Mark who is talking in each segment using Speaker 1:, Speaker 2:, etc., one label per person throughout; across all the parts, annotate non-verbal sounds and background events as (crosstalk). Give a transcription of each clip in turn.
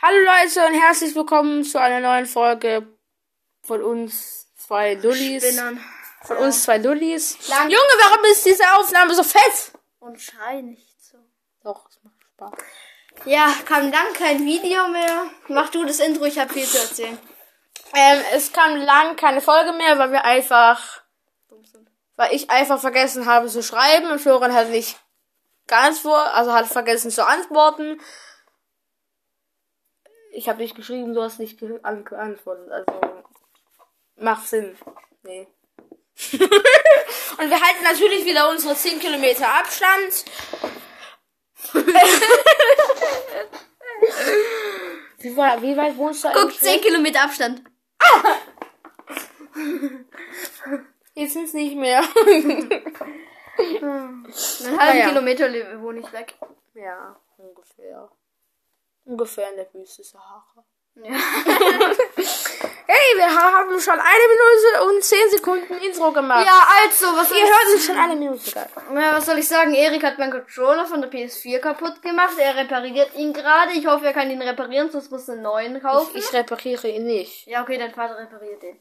Speaker 1: Hallo Leute und herzlich willkommen zu einer neuen Folge von uns zwei Dullis.
Speaker 2: Spinnern.
Speaker 1: Von uns zwei Dullis.
Speaker 2: Lang-
Speaker 1: Junge, warum ist diese Aufnahme so fett?
Speaker 2: Und schrei nicht so.
Speaker 1: Doch, es macht Spaß.
Speaker 2: Ja, kam lang kein Video mehr. Mach du das Intro, ich hab viel zu erzählen.
Speaker 1: Ähm, es kam lang keine Folge mehr, weil wir einfach, weil ich einfach vergessen habe zu schreiben und Florian hat nicht geantwortet, also hat vergessen zu antworten. Ich habe nicht geschrieben, du hast nicht ge- an- geantwortet, also macht Sinn. Nee. (laughs) und wir halten natürlich wieder unsere 10 Kilometer Abstand. wie, weit, wie weit wohnst du
Speaker 2: Guck,
Speaker 1: eigentlich?
Speaker 2: 10 Kilometer Abstand.
Speaker 1: Jetzt sind's nicht mehr.
Speaker 2: Einen halben
Speaker 1: Naja.
Speaker 2: Kilometer le- wohne ich weg.
Speaker 1: ja, ungefähr. Ungefähr in der Wüste Sahara.
Speaker 2: Ja.
Speaker 1: (laughs) Hey, wir haben schon eine Minute und zehn Sekunden Intro gemacht.
Speaker 2: ja, also, was soll,
Speaker 1: Ihr hört es schon eine Minute. Geil.
Speaker 2: ich, ja, was soll ich sagen? Erik hat meinen Controller von der PS4 kaputt gemacht. Er repariert ihn gerade. Ich hoffe, er kann ihn reparieren, sonst muss er einen neuen kaufen.
Speaker 1: Ich, ich repariere ihn nicht.
Speaker 2: Ja, okay, dein Vater repariert den.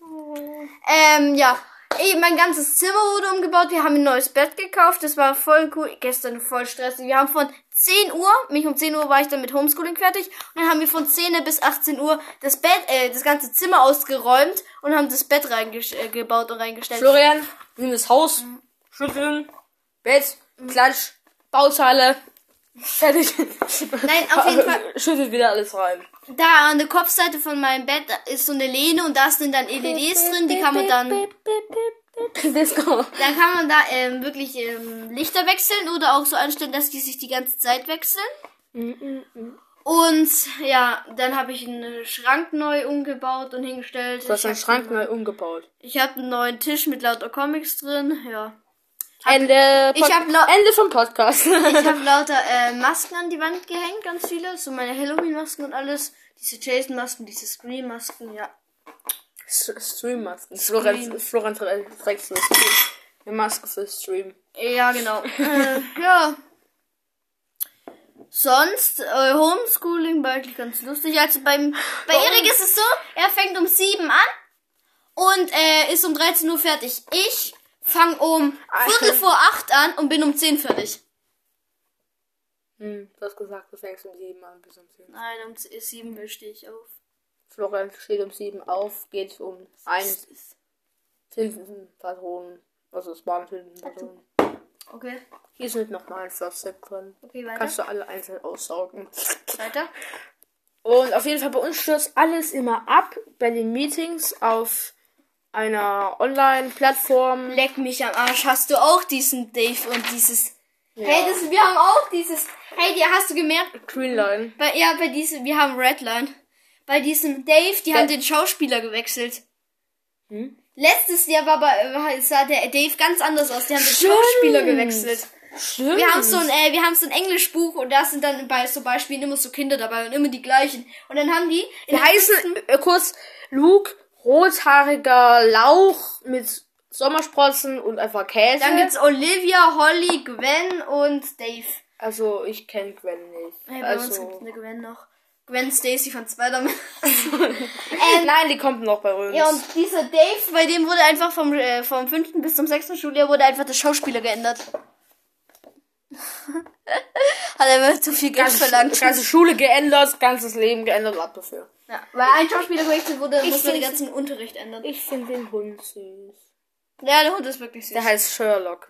Speaker 2: Ähm, ja. Ey, mein ganzes Zimmer wurde umgebaut. Wir haben ein neues Bett gekauft. Das war voll cool. Gestern voll stressig. Wir haben von 10 Uhr, mich um 10 Uhr war ich dann mit Homeschooling fertig. Und dann haben wir von 10 bis 18 Uhr das Bett, äh, das ganze Zimmer ausgeräumt und haben das Bett reingebaut und reingestellt.
Speaker 1: Florian, nimm das Haus,
Speaker 2: Mhm.
Speaker 1: schütteln, Bett, Klatsch, Bauteile. Fertig.
Speaker 2: Nein, auf jeden Fall.
Speaker 1: (laughs) Schüttet wieder alles rein.
Speaker 2: Da an der Kopfseite von meinem Bett ist so eine Lehne und da sind dann LEDs drin. Die kann man dann
Speaker 1: (laughs) Disco.
Speaker 2: Dann kann man da ähm, wirklich ähm, Lichter wechseln oder auch so einstellen, dass die sich die ganze Zeit wechseln. Und ja, dann habe ich einen Schrank neu umgebaut und hingestellt.
Speaker 1: Du hast deinen
Speaker 2: ich
Speaker 1: Schrank neu umgebaut.
Speaker 2: Hab, ich habe einen neuen Tisch mit lauter Comics drin. Ja.
Speaker 1: Ende,
Speaker 2: Ich hab lau-
Speaker 1: Ende vom Podcast. (laughs)
Speaker 2: Ich habe lauter äh, Masken an die Wand gehängt, ganz viele. So meine Halloween-Masken und alles. Diese Jason-Masken, diese Scream-Masken, ja.
Speaker 1: Stream-Masken. Florenz, Florenz trägt so eine Stream. Eine Maske für Stream.
Speaker 2: Ja, genau. (laughs) äh, ja. Sonst, äh, Homeschooling war eigentlich ganz lustig. Also beim, bei Erik ist es so, er fängt um 7 an und äh, ist um 13 Uhr fertig. Ich fange um Viertel vor 8 an und bin um 10 fertig.
Speaker 1: Hm, du hast gesagt, du fängst um 7 an bis um 10.
Speaker 2: Nein, um 7 stehe ich auf.
Speaker 1: Florenz steht um 7 auf, geht um hm, 1 finden Patronen. Also es waren finden Patronen.
Speaker 2: Okay,
Speaker 1: Hier sind nochmal ein First Step drin.
Speaker 2: okay, weiter.
Speaker 1: Kannst du alle einzeln aussaugen.
Speaker 2: Weiter.
Speaker 1: Und auf jeden Fall bei uns stürzt alles immer ab bei den Meetings auf einer Online-Plattform.
Speaker 2: Leck mich am Arsch, hast du auch diesen Dave und dieses...
Speaker 1: Ja.
Speaker 2: Hey, das, wir haben auch dieses... Hey, dir hast du gemerkt,
Speaker 1: Greenline.
Speaker 2: Bei, ja, bei diesem, wir haben Redline. Bei diesem Dave, die haben den Schauspieler gewechselt.
Speaker 1: Hm?
Speaker 2: Letztes Jahr war bei, äh, sah der Dave ganz anders aus. Die haben den
Speaker 1: Stimmt.
Speaker 2: Schauspieler gewechselt.
Speaker 1: Stimmt.
Speaker 2: Wir haben so ein, äh, wir haben so ein Englischbuch und da sind dann bei so Beispielen immer so Kinder dabei und immer die gleichen. Und dann haben die in
Speaker 1: Wir heißen äh, kurz Luke, rothaariger Lauch mit Sommersprossen und einfach Käse.
Speaker 2: dann gibt's Olivia, Holly, Gwen und Dave.
Speaker 1: also ich kenne Gwen nicht.
Speaker 2: Hey, bei uns
Speaker 1: (laughs)
Speaker 2: gibt's
Speaker 1: also,
Speaker 2: eine Gwen noch. Gwen Stacy von (laughs) Spider-Man.
Speaker 1: Ähm, nein, die kommt noch bei uns.
Speaker 2: Ja, und dieser Dave, bei dem wurde einfach vom, äh, vom 5. bis zum 6. Schuljahr wurde einfach der Schauspieler geändert. (laughs) Hat er mir zu viel Geld
Speaker 1: ganze,
Speaker 2: verlangt.
Speaker 1: ganze Schule geändert, ganzes Leben geändert, ab dafür.
Speaker 2: Ja, weil ein Schauspieler gewechselt wurde,
Speaker 1: Ich
Speaker 2: muss man den
Speaker 1: find's-
Speaker 2: ganzen Unterricht ändern.
Speaker 1: Ich finde den Hund süß.
Speaker 2: Ja, der Hund ist wirklich süß.
Speaker 1: Der heißt Sherlock.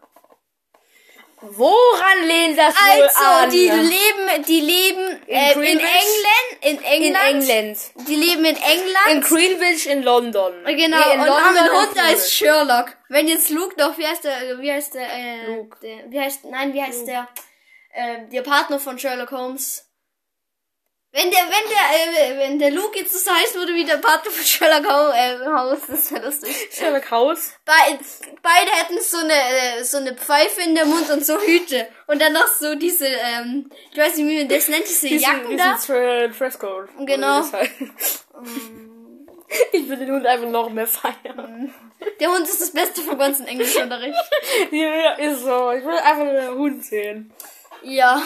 Speaker 1: Woran lehnt das wohl
Speaker 2: Also,
Speaker 1: an?
Speaker 2: die leben, die leben äh, in
Speaker 1: Greenwich?
Speaker 2: England, in
Speaker 1: in
Speaker 2: England,
Speaker 1: England.
Speaker 2: Die leben in
Speaker 1: In
Speaker 2: England.
Speaker 1: Greenwich in London.
Speaker 2: genau,
Speaker 1: Nee,
Speaker 2: und haben einen Hund,
Speaker 1: in
Speaker 2: der heißt
Speaker 1: Greenwich.
Speaker 2: Sherlock. Wenn jetzt Luke noch, wie heißt der, wie heißt der, äh,
Speaker 1: Luke.
Speaker 2: der wie heißt, nein, wie heißt der, ähm, der Partner von Sherlock Holmes? Wenn der, wenn der, äh, wenn der Luke jetzt so heißen würde wie der Partner von Sherlock Holmes, äh, Holmes das wäre lustig.
Speaker 1: Sherlock House.
Speaker 2: Be beide hätten so eine, äh, so eine Pfeife in der Mund und so Hüte. Und dann noch so diese, ähm, ich weiß nicht, wie man das nennt, diese Jacken
Speaker 1: diesen,
Speaker 2: da.
Speaker 1: diesen Tra- Dresscode.
Speaker 2: Genau.
Speaker 1: Oder wie das (laughs) heißt. Ich will den Hund einfach noch mehr feiern.
Speaker 2: Der Hund ist das Beste vom ganzen Englischunterricht.
Speaker 1: Ja, ist so. Ich will einfach nur den Hund sehen.
Speaker 2: Ja.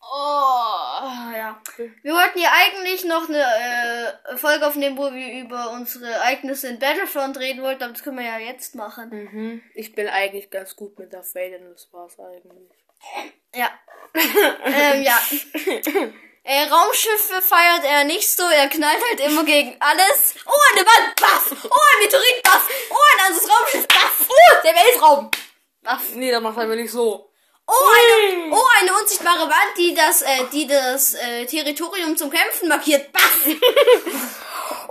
Speaker 2: Oh, ja.
Speaker 1: ja.
Speaker 2: Wir wollten ja eigentlich noch eine äh, Folge aufnehmen, wo wir über unsere Ereignisse in Battlefront reden wollten, aber das können wir ja jetzt machen.
Speaker 1: Mhm. Ich bin eigentlich ganz gut mit Darth Vader, und das war's eigentlich.
Speaker 2: Ja. ähm, ja. Äh, Raumschiffe feiert er nicht so, er knallt halt immer gegen alles. Oh, eine Wand, baff! Oh, ein Meteorit, baff! Oh, ein anderes Raumschiff, baff! Oh, der Weltraum! Baff.
Speaker 1: Nee, dann macht er aber nicht so.
Speaker 2: Oh, eine, oh, eine unsichtbare Wand, die das, äh, die das äh, Territorium zum Kämpfen markiert, baff!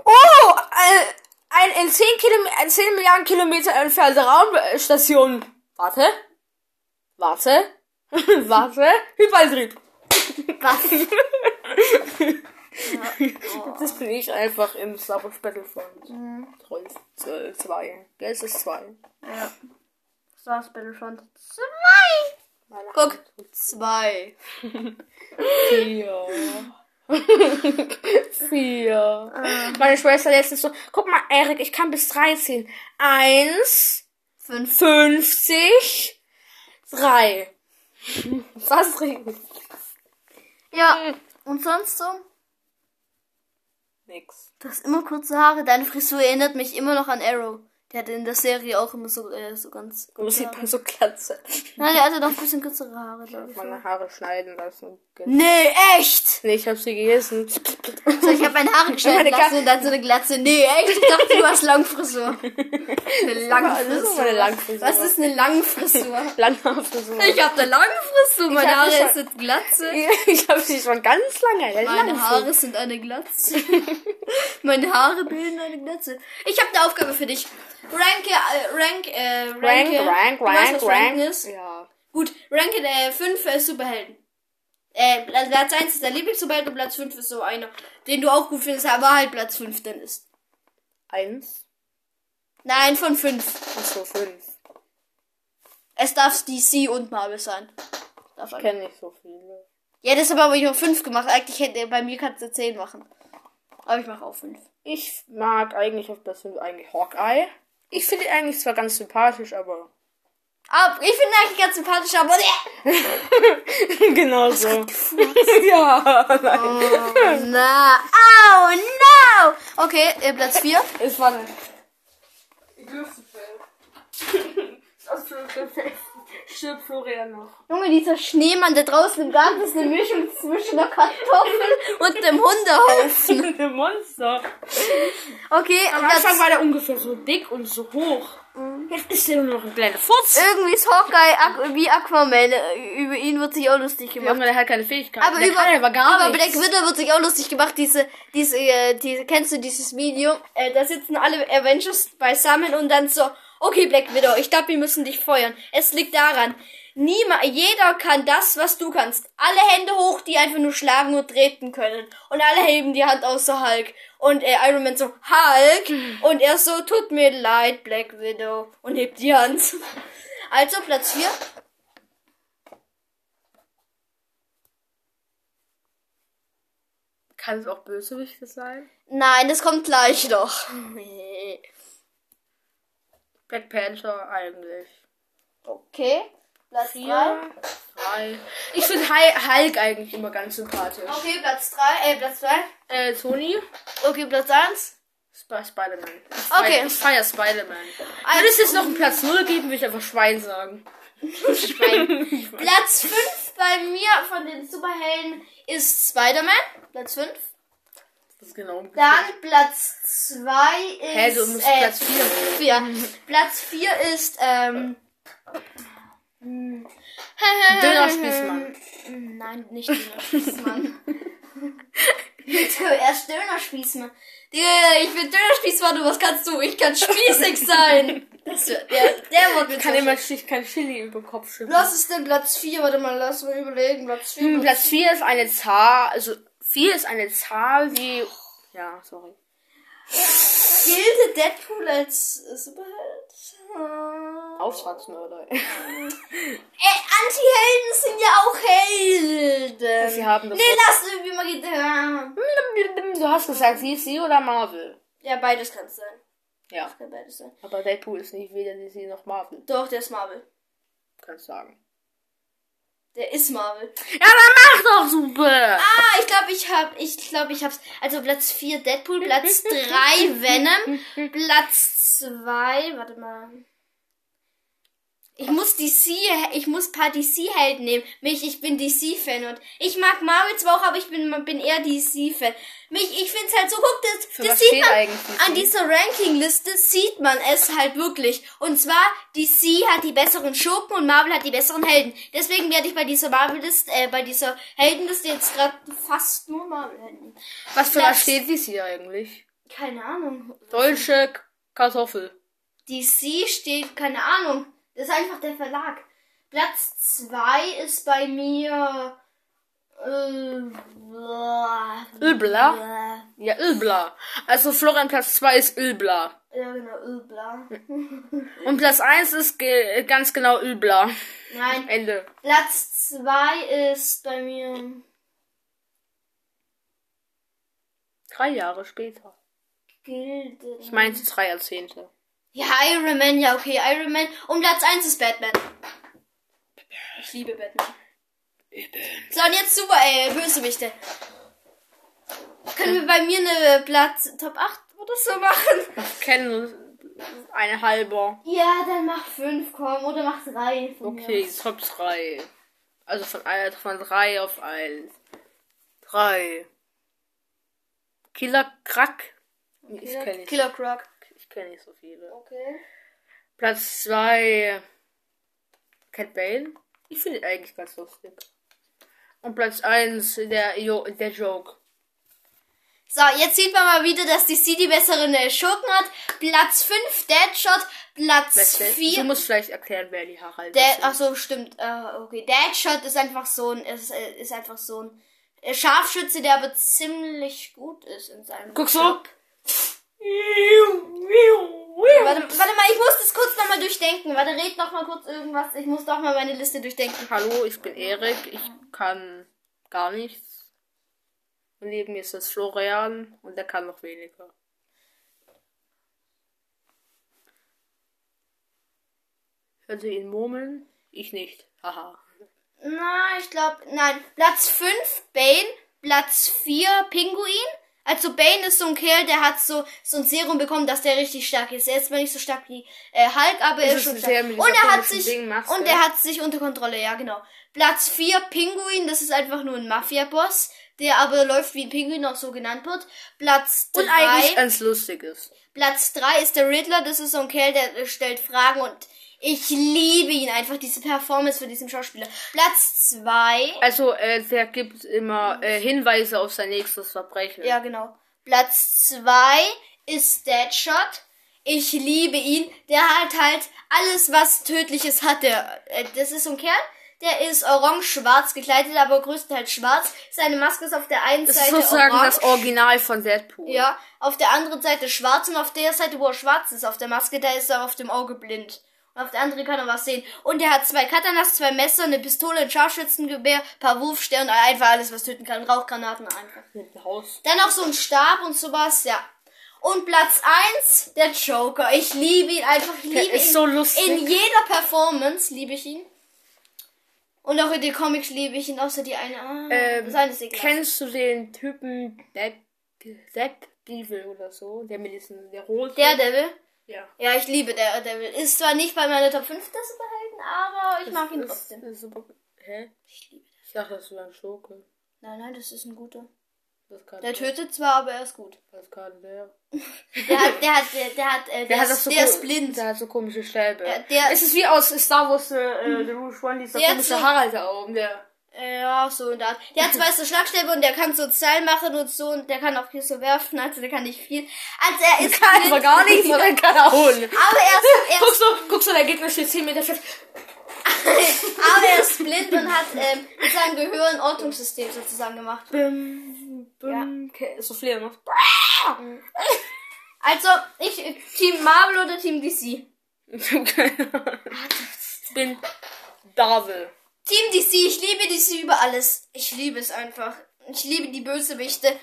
Speaker 1: Oh, äh, ein in 10, Kilom ein 10 Milliarden Kilometer entfernte Raumstation. Warte. Warte. (laughs) Warte. (laughs) Hyperdrieb.
Speaker 2: Baff!
Speaker 1: Das bin ich einfach im Star Wars Battlefront. Mhm. Troll 2. Gell, es ist 2.
Speaker 2: Ja. Das war's Battlefront 2! Guck, 2.
Speaker 1: (laughs) 4. 4. Meine Schwester letztens so, guck mal, Erik, ich kann bis 13. 1,
Speaker 2: 5.
Speaker 1: 50, 3. Was richtig?
Speaker 2: Ja, und sonst so?
Speaker 1: Nix.
Speaker 2: Du hast immer kurze Haare. Deine Frisur erinnert mich immer noch an Arrow. Der hatte in der Serie auch immer so, äh, so ganz kurze
Speaker 1: Sieht
Speaker 2: Haare.
Speaker 1: man so Katze.
Speaker 2: Nein, der hatte noch ein bisschen kürzere Haare, glaube ich.
Speaker 1: Meine Haare schneiden lassen. Genau.
Speaker 2: Nee, echt!
Speaker 1: Nee, ich hab sie gegessen.
Speaker 2: So, ich habe meine Haare geschnitten
Speaker 1: Meine
Speaker 2: lassen und dann so eine Glatze. Nee, echt? Ich dachte, du hast (laughs) Langfrisur. Eine
Speaker 1: Das ist
Speaker 2: Langfrisur.
Speaker 1: meine Langfrisur.
Speaker 2: Was ist eine Langfrisur?
Speaker 1: Langhaarfrisur?
Speaker 2: Ich habe eine Langfrisur. Meine
Speaker 1: hab
Speaker 2: Haare
Speaker 1: schon-
Speaker 2: ist eine Glatze.
Speaker 1: Ich hab sie schon ganz lange.
Speaker 2: Meine Haare sind eine Glatze. (laughs) Meine Haare bilden eine Glatze. Ich habe eine Aufgabe für dich. Ranke, äh, rank, äh,
Speaker 1: Rank,
Speaker 2: ranke.
Speaker 1: rank,
Speaker 2: Du weißt,
Speaker 1: rank,
Speaker 2: was
Speaker 1: rank.
Speaker 2: ranken ist?
Speaker 1: Ja.
Speaker 2: Gut, ranke äh, 5 äh, Superhelden. Äh, Pla- Platz 1 ist dein Lieblingssuperheld und Platz 5 ist so einer, den du auch gut findest, aber halt Platz 5 dann ist.
Speaker 1: Eins.
Speaker 2: Nein, von 5.
Speaker 1: Achso, fünf.
Speaker 2: Es darf DC und Marvel sein. Darf
Speaker 1: Ich
Speaker 2: okay.
Speaker 1: kenne nicht so viele.
Speaker 2: Ja, deshalb habe ich nur 5 gemacht. Eigentlich hätte bei mir kannst du 10 machen. Aber ich mache auch 5.
Speaker 1: Ich mag eigentlich auf das sind eigentlich Hawkeye. Ich finde ihn eigentlich zwar ganz sympathisch,
Speaker 2: (laughs)
Speaker 1: aber (laughs)
Speaker 2: Ah, ich finde eigentlich ganz sympathisch, aber.
Speaker 1: genau so. (laughs) ja,
Speaker 2: Oh.
Speaker 1: nein.
Speaker 2: Na, oh no! Okay, äh, Platz 4.
Speaker 1: Es war eine. Ich dürfte schnell. Das stirbt Florian noch.
Speaker 2: (laughs) Junge, dieser Schneemann da draußen im Garten ist eine Mischung zwischen einer Kartoffel (laughs) und einem Hundehaufen.
Speaker 1: Ein Monster.
Speaker 2: Okay,
Speaker 1: Am
Speaker 2: Platz,
Speaker 1: Anfang war der ungefähr so dick und so hoch.
Speaker 2: Mhm.
Speaker 1: Jetzt ist der nur noch ein kleiner Furz.
Speaker 2: irgendwie ist Hawkeye Aqu wie Aquaman. Äh, Über ihn wird sich auch lustig gemacht.
Speaker 1: Junge, der hat keine Fähigkeiten.
Speaker 2: Aber
Speaker 1: der
Speaker 2: über,
Speaker 1: kann aber gar
Speaker 2: aber
Speaker 1: nichts.
Speaker 2: Black Widow wird sich auch lustig gemacht. Diese, diese, äh, diese kennst du dieses Video? Äh, da sitzen alle Avengers beisammen und dann so, okay, Black Widow, ich glaube, wir müssen dich feuern. Es liegt daran, niemand, jeder kann das, was du kannst. Alle Hände hoch, die einfach nur schlagen und treten können. Und alle heben die Hand außer Hulk. Und äh, Iron Man
Speaker 1: (laughs)
Speaker 2: so, Hulk! Und er so, tut mir leid, Black Widow. Und hebt die Hand. (laughs) Also, Platz 4.
Speaker 1: Kann es auch Bösewichte sein?
Speaker 2: Nein, das kommt gleich noch. (laughs)
Speaker 1: Black Panther eigentlich.
Speaker 2: Okay. Platz 3.
Speaker 1: Vier, drei. Ich finde Hulk eigentlich immer ganz sympathisch.
Speaker 2: Okay, Platz 3. Äh, Platz 2.
Speaker 1: Äh, Tony?
Speaker 2: Okay, Platz 1.
Speaker 1: Sp Spider-Man. Ich
Speaker 2: Okay.
Speaker 1: feier- Ich feier Spider-man. Würde es jetzt noch einen Platz 0 geben, würde ich einfach Schwein sagen.
Speaker 2: Platz 5 bei mir von den Superhelden ist Spider-Man. Platz 5.
Speaker 1: Das ist genau umgekehrt.
Speaker 2: Dann Platz 2 ist.
Speaker 1: Hä, du musst
Speaker 2: äh,
Speaker 1: Platz 4.
Speaker 2: vier. Platz 4 ist.
Speaker 1: (laughs)
Speaker 2: Ähm,
Speaker 1: Dönerspießmann.
Speaker 2: Nein, nicht Dönerspießmann. Erst Dönerspießmann. Digga, ich bin Dönerspießmann und was kannst du? Ich kann spießig sein. Das wär, der, der wird mir
Speaker 1: Kann
Speaker 2: zum
Speaker 1: immer ich kein Chili über den Kopf schütteln.
Speaker 2: Was ist denn Platz 4? Warte mal, lass mal überlegen. Platz 4.
Speaker 1: Hm, Platz 4 ist eine Zahl, also 4 ist eine Zahl wie... Ja, sorry.
Speaker 2: Gilt Deadpool als äh, Superheld? Äh,
Speaker 1: Auftragsmörder. (laughs)
Speaker 2: Anti-Helden sind ja auch Helden.
Speaker 1: Sie haben das
Speaker 2: nee, lass irgendwie mal geht.
Speaker 1: Du hast gesagt, DC oder Marvel?
Speaker 2: Ja, beides kann es sein.
Speaker 1: Ja.
Speaker 2: Kann beides sein.
Speaker 1: Aber Deadpool ist nicht weder DC noch Marvel.
Speaker 2: Doch, der ist Marvel.
Speaker 1: Kannst sagen.
Speaker 2: Der ist Marvel.
Speaker 1: Ja, aber mach doch super!
Speaker 2: Ah, ich glaube, glaube, ich habe, ich glaube, ich hab's. Also Platz 4
Speaker 1: (laughs)
Speaker 2: Deadpool, Platz 3 Venom, Platz 2, warte mal. Ich muss DC, ich muss ein paar DC-Helden nehmen. Mich, ich bin DC-Fan und ich mag Marvel zwar auch, aber ich bin, bin eher DC-Fan. Mich, ich find's halt so, guck,
Speaker 1: Für
Speaker 2: das, das
Speaker 1: was
Speaker 2: sieht
Speaker 1: steht
Speaker 2: man,
Speaker 1: eigentlich
Speaker 2: an dieser Rankingliste sieht man es halt wirklich. Und zwar, DC hat die besseren Schurken und Marvel hat die besseren Helden. Deswegen werde ich bei dieser Marvel-Liste, äh, bei dieser Heldenliste jetzt gerade fast nur Marvel-Helden.
Speaker 1: Was für
Speaker 2: Platz-
Speaker 1: was steht dies hier eigentlich?
Speaker 2: Keine Ahnung.
Speaker 1: Deutsche K- Kartoffel.
Speaker 2: DC steht, keine Ahnung. Das ist einfach der Verlag. Platz 2 ist bei mir. Äh, blah,
Speaker 1: Ilbla?
Speaker 2: blah.
Speaker 1: Ja, Ilbla. Also Florian Platz 2 ist Ilbla.
Speaker 2: Ja, genau, äh, blah.
Speaker 1: Und Platz 1 ist ge ganz genau Ilbla.
Speaker 2: Nein,
Speaker 1: Ende.
Speaker 2: Platz 2 ist bei mir.
Speaker 1: Drei Jahre später.
Speaker 2: Gilde.
Speaker 1: Ich meinte drei Jahrzehnte.
Speaker 2: Ja, Iron Man, ja, okay, Iron Man. Und Platz 1 ist Batman. Ich liebe Batman. So, und jetzt super, ey, Bösewichte. Können wir bei mir eine Platz Top 8 oder so machen?
Speaker 1: Kennen eine halbe.
Speaker 2: Ja, dann mach 5, komm, oder mach 3 von
Speaker 1: Okay, Top 3. Also von, einer- von 3 auf 1. 3. Killer Crack. Ich
Speaker 2: mir.
Speaker 1: kenne nicht,
Speaker 2: Killer Croc.
Speaker 1: ich kenn nicht so viele.
Speaker 2: Okay.
Speaker 1: Platz 2. Cat Bane. Ich finde ihn eigentlich ganz lustig. Und Platz 1, der, jo der Joke.
Speaker 2: So, jetzt sieht man mal wieder, dass die C die besseren äh, Schurken hat. Platz 5, Deadshot. Platz
Speaker 1: Beste. Du
Speaker 2: 4.
Speaker 1: musst vielleicht erklären, wer die Harald
Speaker 2: Der,
Speaker 1: sind.
Speaker 2: ach so, stimmt. Äh, okay, Deadshot ist einfach so ein, ist, äh, ist einfach so ein äh, Scharfschütze, der aber ziemlich gut ist in seinem.
Speaker 1: Guck so.
Speaker 2: Job. Warte, warte mal, ich muss das kurz nochmal durchdenken. Warte, red nochmal kurz irgendwas. Ich muss doch mal meine Liste durchdenken.
Speaker 1: Hallo, ich bin Erik. Ich kann gar nichts. Und neben mir ist das Florian und der kann noch weniger. Hört ihr ihn murmeln? Ich nicht. Haha.
Speaker 2: Na, ich glaube, nein. Platz 5, Bane. Platz 4, Pinguin. Also Bane ist so ein Kerl, der hat so, so ein Serum bekommen, dass der richtig stark ist. Er ist zwar nicht so stark wie äh, Hulk, aber
Speaker 1: Ist
Speaker 2: er ist
Speaker 1: es
Speaker 2: schon
Speaker 1: ein
Speaker 2: stark.
Speaker 1: Kerl mit
Speaker 2: Und
Speaker 1: dieser
Speaker 2: er hat
Speaker 1: komischen
Speaker 2: sich
Speaker 1: Dingmaske?
Speaker 2: und er hat sich unter Kontrolle, ja genau. Platz 4, Pinguin, das ist einfach nur ein Mafia-Boss, der aber läuft wie ein Pinguin auch so genannt wird. Platz 3.
Speaker 1: Und eigentlich ganz lustig ist.
Speaker 2: Platz 3 ist der Riddler, das ist so ein Kerl, der äh, stellt Fragen und ich liebe ihn einfach, diese Performance von diesem Schauspieler. Platz 2,
Speaker 1: Also, äh, der gibt immer äh, Hinweise auf sein nächstes Verbrechen.
Speaker 2: ja genau, Platz 2 ist Deadshot. Ich liebe ihn, der hat halt alles, was Tödliches hatte. Äh, Das ist so ein Kerl, der ist orange-schwarz gekleidet, aber größtenteils schwarz. Seine Maske ist auf der einen
Speaker 1: das ist
Speaker 2: Seite
Speaker 1: sozusagen
Speaker 2: orange.
Speaker 1: das Original von Deadpool.
Speaker 2: Ja, auf der anderen Seite schwarz und auf der Seite, wo er schwarz ist, auf der Maske, da ist er auf dem Auge blind. Und auf der anderen kann er was sehen. Und er hat zwei Katanas, zwei Messer, eine Pistole, ein Scharfschützengewehr, paar Wurfsterne, einfach alles, was töten kann. Rauchgranaten einfach.
Speaker 1: Mit dem Haus.
Speaker 2: Dann auch so ein Stab und sowas, ja. Und Platz eins der Joker. Ich liebe ihn einfach. Ich liebe
Speaker 1: ist
Speaker 2: ihn.
Speaker 1: so lustig.
Speaker 2: In jeder Performance liebe ich ihn. Und auch in den Comics liebe ich ihn, außer die eine. Ah,
Speaker 1: Ähm,
Speaker 2: seines egal.
Speaker 1: Kennst du den Typen Depp, Depp Devil oder so? Der mit diesem, der rote.
Speaker 2: Daredevil.
Speaker 1: ja.
Speaker 2: Ja, ich liebe Daredevil. Ist zwar nicht bei meiner Top 5 der Superhelden, aber ich mag ihn
Speaker 1: Das
Speaker 2: trotzdem.
Speaker 1: ist super. Hä?
Speaker 2: Ich liebe
Speaker 1: Ich dachte, das wäre ein Schurke.
Speaker 2: Nein, nein, das ist ein guter.
Speaker 1: Das kann
Speaker 2: Der tötet zwar, aber er ist gut.
Speaker 1: Das kann der.
Speaker 2: Der hat, der hat, der, der hat, äh, der,
Speaker 1: das
Speaker 2: ist,
Speaker 1: so
Speaker 2: der
Speaker 1: ko-
Speaker 2: ist blind.
Speaker 1: Der hat so komische Stäbe.
Speaker 2: Ja, der-
Speaker 1: es ist wie aus Star Wars äh, äh, The Rouge One, dieser
Speaker 2: Der hat
Speaker 1: komische
Speaker 2: so-
Speaker 1: Harald da oben. Der.
Speaker 2: Äh, Ja, so und da. Der hat zwei so Schlagstäbe und der kann so Zeilen machen und so und der kann auch hier so werfen, also der kann nicht viel. Also er
Speaker 1: (laughs)
Speaker 2: ist
Speaker 1: Kann
Speaker 2: blind.
Speaker 1: aber gar nichts, sondern kann er holen.
Speaker 2: Aber er ist, er ist
Speaker 1: Guck so, guck so, der Gegner steht 10 Meter fest. (laughs)
Speaker 2: Aber er ist blind und hat ähm, mit seinem Gehör ein Ordnungssystem sozusagen gemacht.
Speaker 1: Bim, bim. Okay, so fliehen noch.
Speaker 2: Also, ich, äh, Team Marvel oder Team DC?
Speaker 1: Ich (laughs) bin Davel.
Speaker 2: Team DC, ich liebe DC über alles. Ich liebe es einfach. Ich liebe die Bösewichte.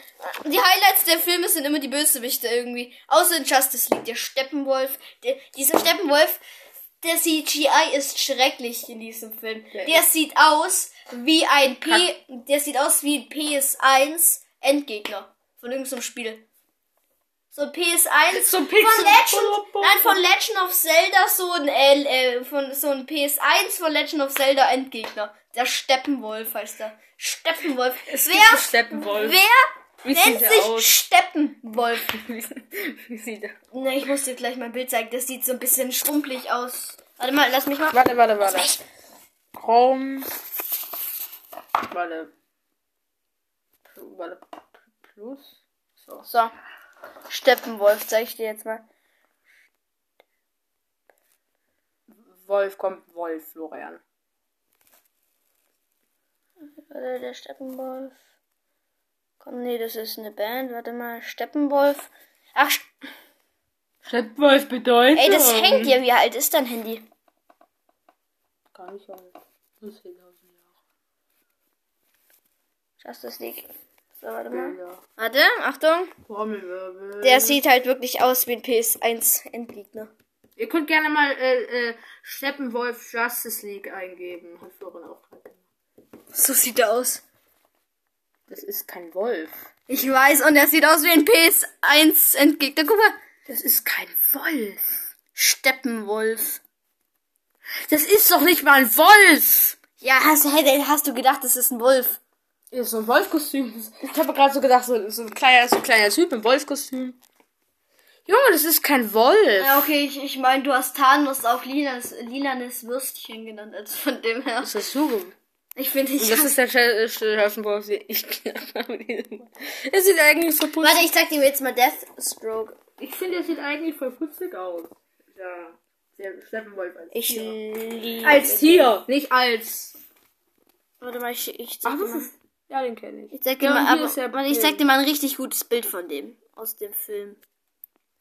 Speaker 2: Die Highlights der Filme sind immer die Bösewichte irgendwie. Außer in Justice League, der Steppenwolf. Der, dieser Steppenwolf, der CGI ist schrecklich in diesem Film. Der sieht aus, Wie ein P. Der sieht aus wie ein PS1 Endgegner. Von irgendeinem Spiel. So PS1.
Speaker 1: So ein
Speaker 2: von
Speaker 1: Pixel-
Speaker 2: Legend, nein, von Legend of Zelda so ein äh, äh, von so ein PS1 von Legend of Zelda Endgegner. Der Steppenwolf heißt der. Steppenwolf.
Speaker 1: Es gibt einen
Speaker 2: wer
Speaker 1: Steppenwolf.
Speaker 2: wer
Speaker 1: Wie sieht
Speaker 2: nennt sich
Speaker 1: der aus?
Speaker 2: Steppenwolf?
Speaker 1: Wie sieht der?
Speaker 2: Na, ich muss dir gleich mein Bild zeigen. Das sieht so ein bisschen schrumpelig aus. Warte mal, lass mich mal.
Speaker 1: Warte, warte, warte. Raum. Warte. Pl- Warte. Plus. So.
Speaker 2: So. Steppenwolf zeig ich dir jetzt mal.
Speaker 1: Wolf kommt Wolf, Florian.
Speaker 2: Warte, der Steppenwolf. Komm, nee, das ist eine Band. Warte mal, Steppenwolf. Ach, sch-
Speaker 1: Steppenwolf bedeutet.
Speaker 2: ey, das hängt ja. Wie alt ist dein Handy?
Speaker 1: Gar nicht alt. Das ist 10.000
Speaker 2: Justice League. So, warte mal.
Speaker 1: Jahre.
Speaker 2: Warte, Achtung.
Speaker 1: Trommelwirbel.
Speaker 2: Der sieht halt wirklich aus wie ein PS1-Endgegner.
Speaker 1: Ihr könnt gerne mal äh, äh, Steppenwolf Justice League eingeben. Hat Florian auch gerade gemacht.
Speaker 2: So sieht er aus.
Speaker 1: Das ist kein Wolf.
Speaker 2: Ich weiß, und er sieht aus wie ein PS1-Endgegner. Guck mal.
Speaker 1: Das ist kein Wolf.
Speaker 2: Steppenwolf.
Speaker 1: Das ist doch nicht mal ein Wolf.
Speaker 2: Ja, hast, hätte- hast du gedacht, das ist ein Wolf?
Speaker 1: Ist so ein Wolfkostüm. Ich habe gerade so gedacht, so, so ein kleiner, so ein kleiner Typ im Wolfkostüm. Junge, das ist kein Wolf.
Speaker 2: Ja, okay, ich, ich meine, du hast Thanos auch lilanes, lilanes Würstchen genannt, also von dem her.
Speaker 1: Das ist so.
Speaker 2: Ich finde, ich.
Speaker 1: Das ist der Steppenwolf, den ich knapp habe. (laughs) Das sieht eigentlich so putzig
Speaker 2: Warte, ich zeig dir jetzt mal Deathstroke.
Speaker 1: Ich finde, das sieht eigentlich voll putzig aus. Ja, der Steppenwolf als
Speaker 2: Ich
Speaker 1: Tier.
Speaker 2: liebe.
Speaker 1: Als Tier, nicht als.
Speaker 2: Warte mal, ich, ich zeig
Speaker 1: Ach,
Speaker 2: dir
Speaker 1: das
Speaker 2: mal.
Speaker 1: ist. Ja, den kenne ich.
Speaker 2: Ich zeig dir
Speaker 1: Ja,
Speaker 2: mal,
Speaker 1: hier
Speaker 2: aber,
Speaker 1: ist der
Speaker 2: warte, ich
Speaker 1: Bild.
Speaker 2: zeig dir mal ein richtig gutes Bild von dem. Aus dem Film.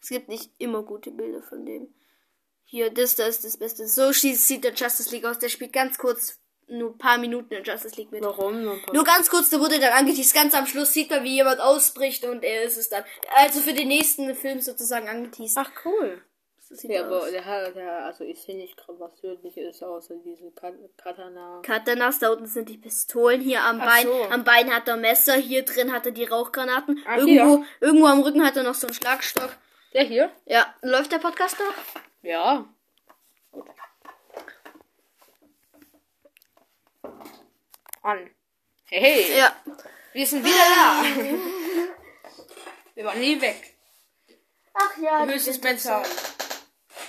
Speaker 2: Es gibt nicht immer gute Bilder von dem. Hier, das, das ist das Beste. So sieht, sieht der Justice League aus. Der spielt ganz kurz, nur ein paar Minuten in Justice League mit.
Speaker 1: Warum? Nur ein
Speaker 2: Nur
Speaker 1: paar-
Speaker 2: ganz kurz, da wurde dann angeteased. Ganz am Schluss sieht man, wie jemand ausbricht und er ist es dann. Also für den nächsten Film sozusagen angeteased.
Speaker 1: Ach, cool.
Speaker 2: So sieht
Speaker 1: Ja,
Speaker 2: er
Speaker 1: aber
Speaker 2: aus.
Speaker 1: der hat, der, also ich sehe nicht gerade, was tödlich ist, außer diesen Kat Katana.
Speaker 2: Katanas, da unten sind die Pistolen, hier am
Speaker 1: Ach
Speaker 2: Bein,
Speaker 1: so.
Speaker 2: am Bein hat er Messer, hier drin hat er die Rauchgranaten,
Speaker 1: Ach,
Speaker 2: irgendwo, irgendwo am Rücken hat er noch so einen Schlagstock.
Speaker 1: Der hier?
Speaker 2: Ja, läuft der Podcast noch?
Speaker 1: Ja. An. Hey, hey.
Speaker 2: Ja.
Speaker 1: Wir sind wieder (laughs) da. Wir waren nie weg.
Speaker 2: Ach ja.
Speaker 1: Höchstens mental.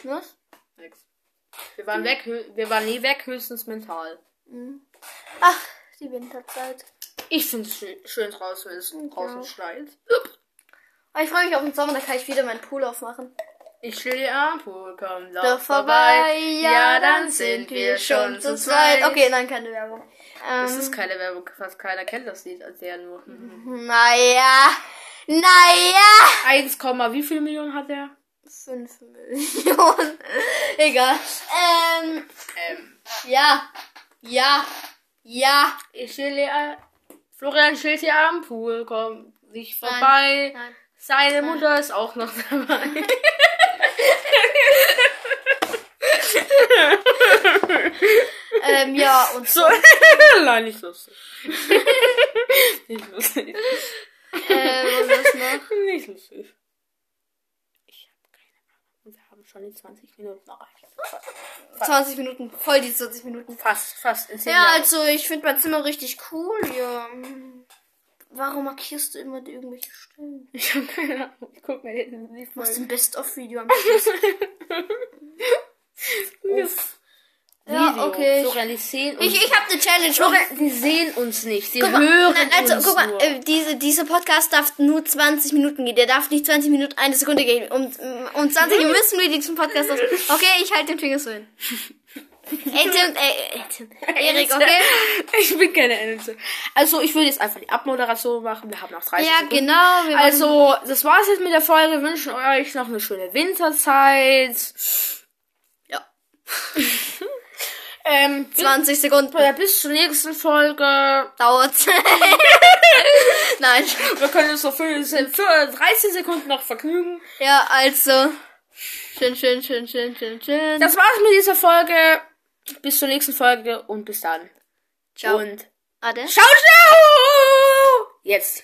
Speaker 2: Was?
Speaker 1: Nix. Wir waren weg, hö- wir waren nie weg, höchstens mental.
Speaker 2: Ach, die Winterzeit.
Speaker 1: Ich find's schön, schön draußen, wenn es draußen schneit.
Speaker 2: Aber Ah, ich freue mich auf den Sommer, da kann ich wieder meinen Pool aufmachen.
Speaker 1: Ich stehe am Pool, komm, lauf
Speaker 2: Da
Speaker 1: vorbei. Ja, dann sind wir schon zu zweit.
Speaker 2: Okay, nein, keine Werbung.
Speaker 1: Das
Speaker 2: Ähm,
Speaker 1: ist keine Werbung, fast keiner kennt das Lied, als der nur. Mhm.
Speaker 2: naja. Naja.
Speaker 1: 1, wie viele Millionen hat er?
Speaker 2: 5 Millionen. (laughs) Egal. Ähm,
Speaker 1: Ähm,
Speaker 2: ja. Ja. Ja.
Speaker 1: ich chille, äh, Florian chillt hier am Pool, komm, nicht
Speaker 2: Nein.
Speaker 1: vorbei.
Speaker 2: Nein.
Speaker 1: Seine Mutter ist auch noch
Speaker 2: (laughs)
Speaker 1: dabei.
Speaker 2: Ähm, ja,
Speaker 1: (laughs)
Speaker 2: und
Speaker 1: So, nein, nicht
Speaker 2: (laughs)
Speaker 1: lustig. nicht lustig.
Speaker 2: ähm, und was noch?
Speaker 1: Nicht lustig. Ich habe keine Ahnung. Wir haben schon die 20 Minuten erreicht.
Speaker 2: 20 Minuten. Voll die 20 Minuten.
Speaker 1: Fast, fast. In 10
Speaker 2: Ja,
Speaker 1: Jahren.
Speaker 2: also ich finde mein Zimmer richtig cool, ja. Warum markierst du immer irgendwelche Stellen?
Speaker 1: Ich habe keine Ahnung. Ich guck mir hinten die
Speaker 2: Du machst
Speaker 1: Folge.
Speaker 2: ein
Speaker 1: (laughs)
Speaker 2: Best-of-Video am Schluss.
Speaker 1: Uff.
Speaker 2: Ja,
Speaker 1: Video.
Speaker 2: okay.
Speaker 1: Florian, die sehen uns.
Speaker 2: Ich, ich habe eine Challenge.
Speaker 1: Florian, die sehen uns nicht. Die
Speaker 2: Guck mal,
Speaker 1: hören
Speaker 2: nein, also,
Speaker 1: uns
Speaker 2: guck mal,
Speaker 1: nur.
Speaker 2: äh, diese, diese Podcast darf nur 20 Minuten gehen. Der darf nicht 20 Minuten, eine Sekunde gehen. Um, um 20 Uhr müssen wir diesen Podcast auf. Okay, ich halte den Finger
Speaker 1: (laughs)
Speaker 2: so hin. Ey, Tim, ey, ey, Tim. Erik, okay?
Speaker 1: (laughs) Ich bin keine Ente. Also, ich würde jetzt einfach die Abmoderation machen. Wir haben noch 30
Speaker 2: Ja,
Speaker 1: Sekunden.
Speaker 2: genau. Wir machen-
Speaker 1: Also, das war's jetzt mit der Folge. Wir wünschen euch noch eine schöne Winterzeit.
Speaker 2: Ja.
Speaker 1: Ähm,
Speaker 2: 20 Sekunden
Speaker 1: bis, bis zur nächsten Folge.
Speaker 2: (laughs) dauert's. (laughs) Nein.
Speaker 1: Wir können uns noch für, für 13 Sekunden noch vergnügen.
Speaker 2: Ja, also. Schön, schön, schön, schön, schön, schön.
Speaker 1: Das war's mit dieser Folge. Bis zur nächsten Folge und bis dann.
Speaker 2: Ciao.
Speaker 1: Und
Speaker 2: Warte.
Speaker 1: ciao, ciao! Jetzt.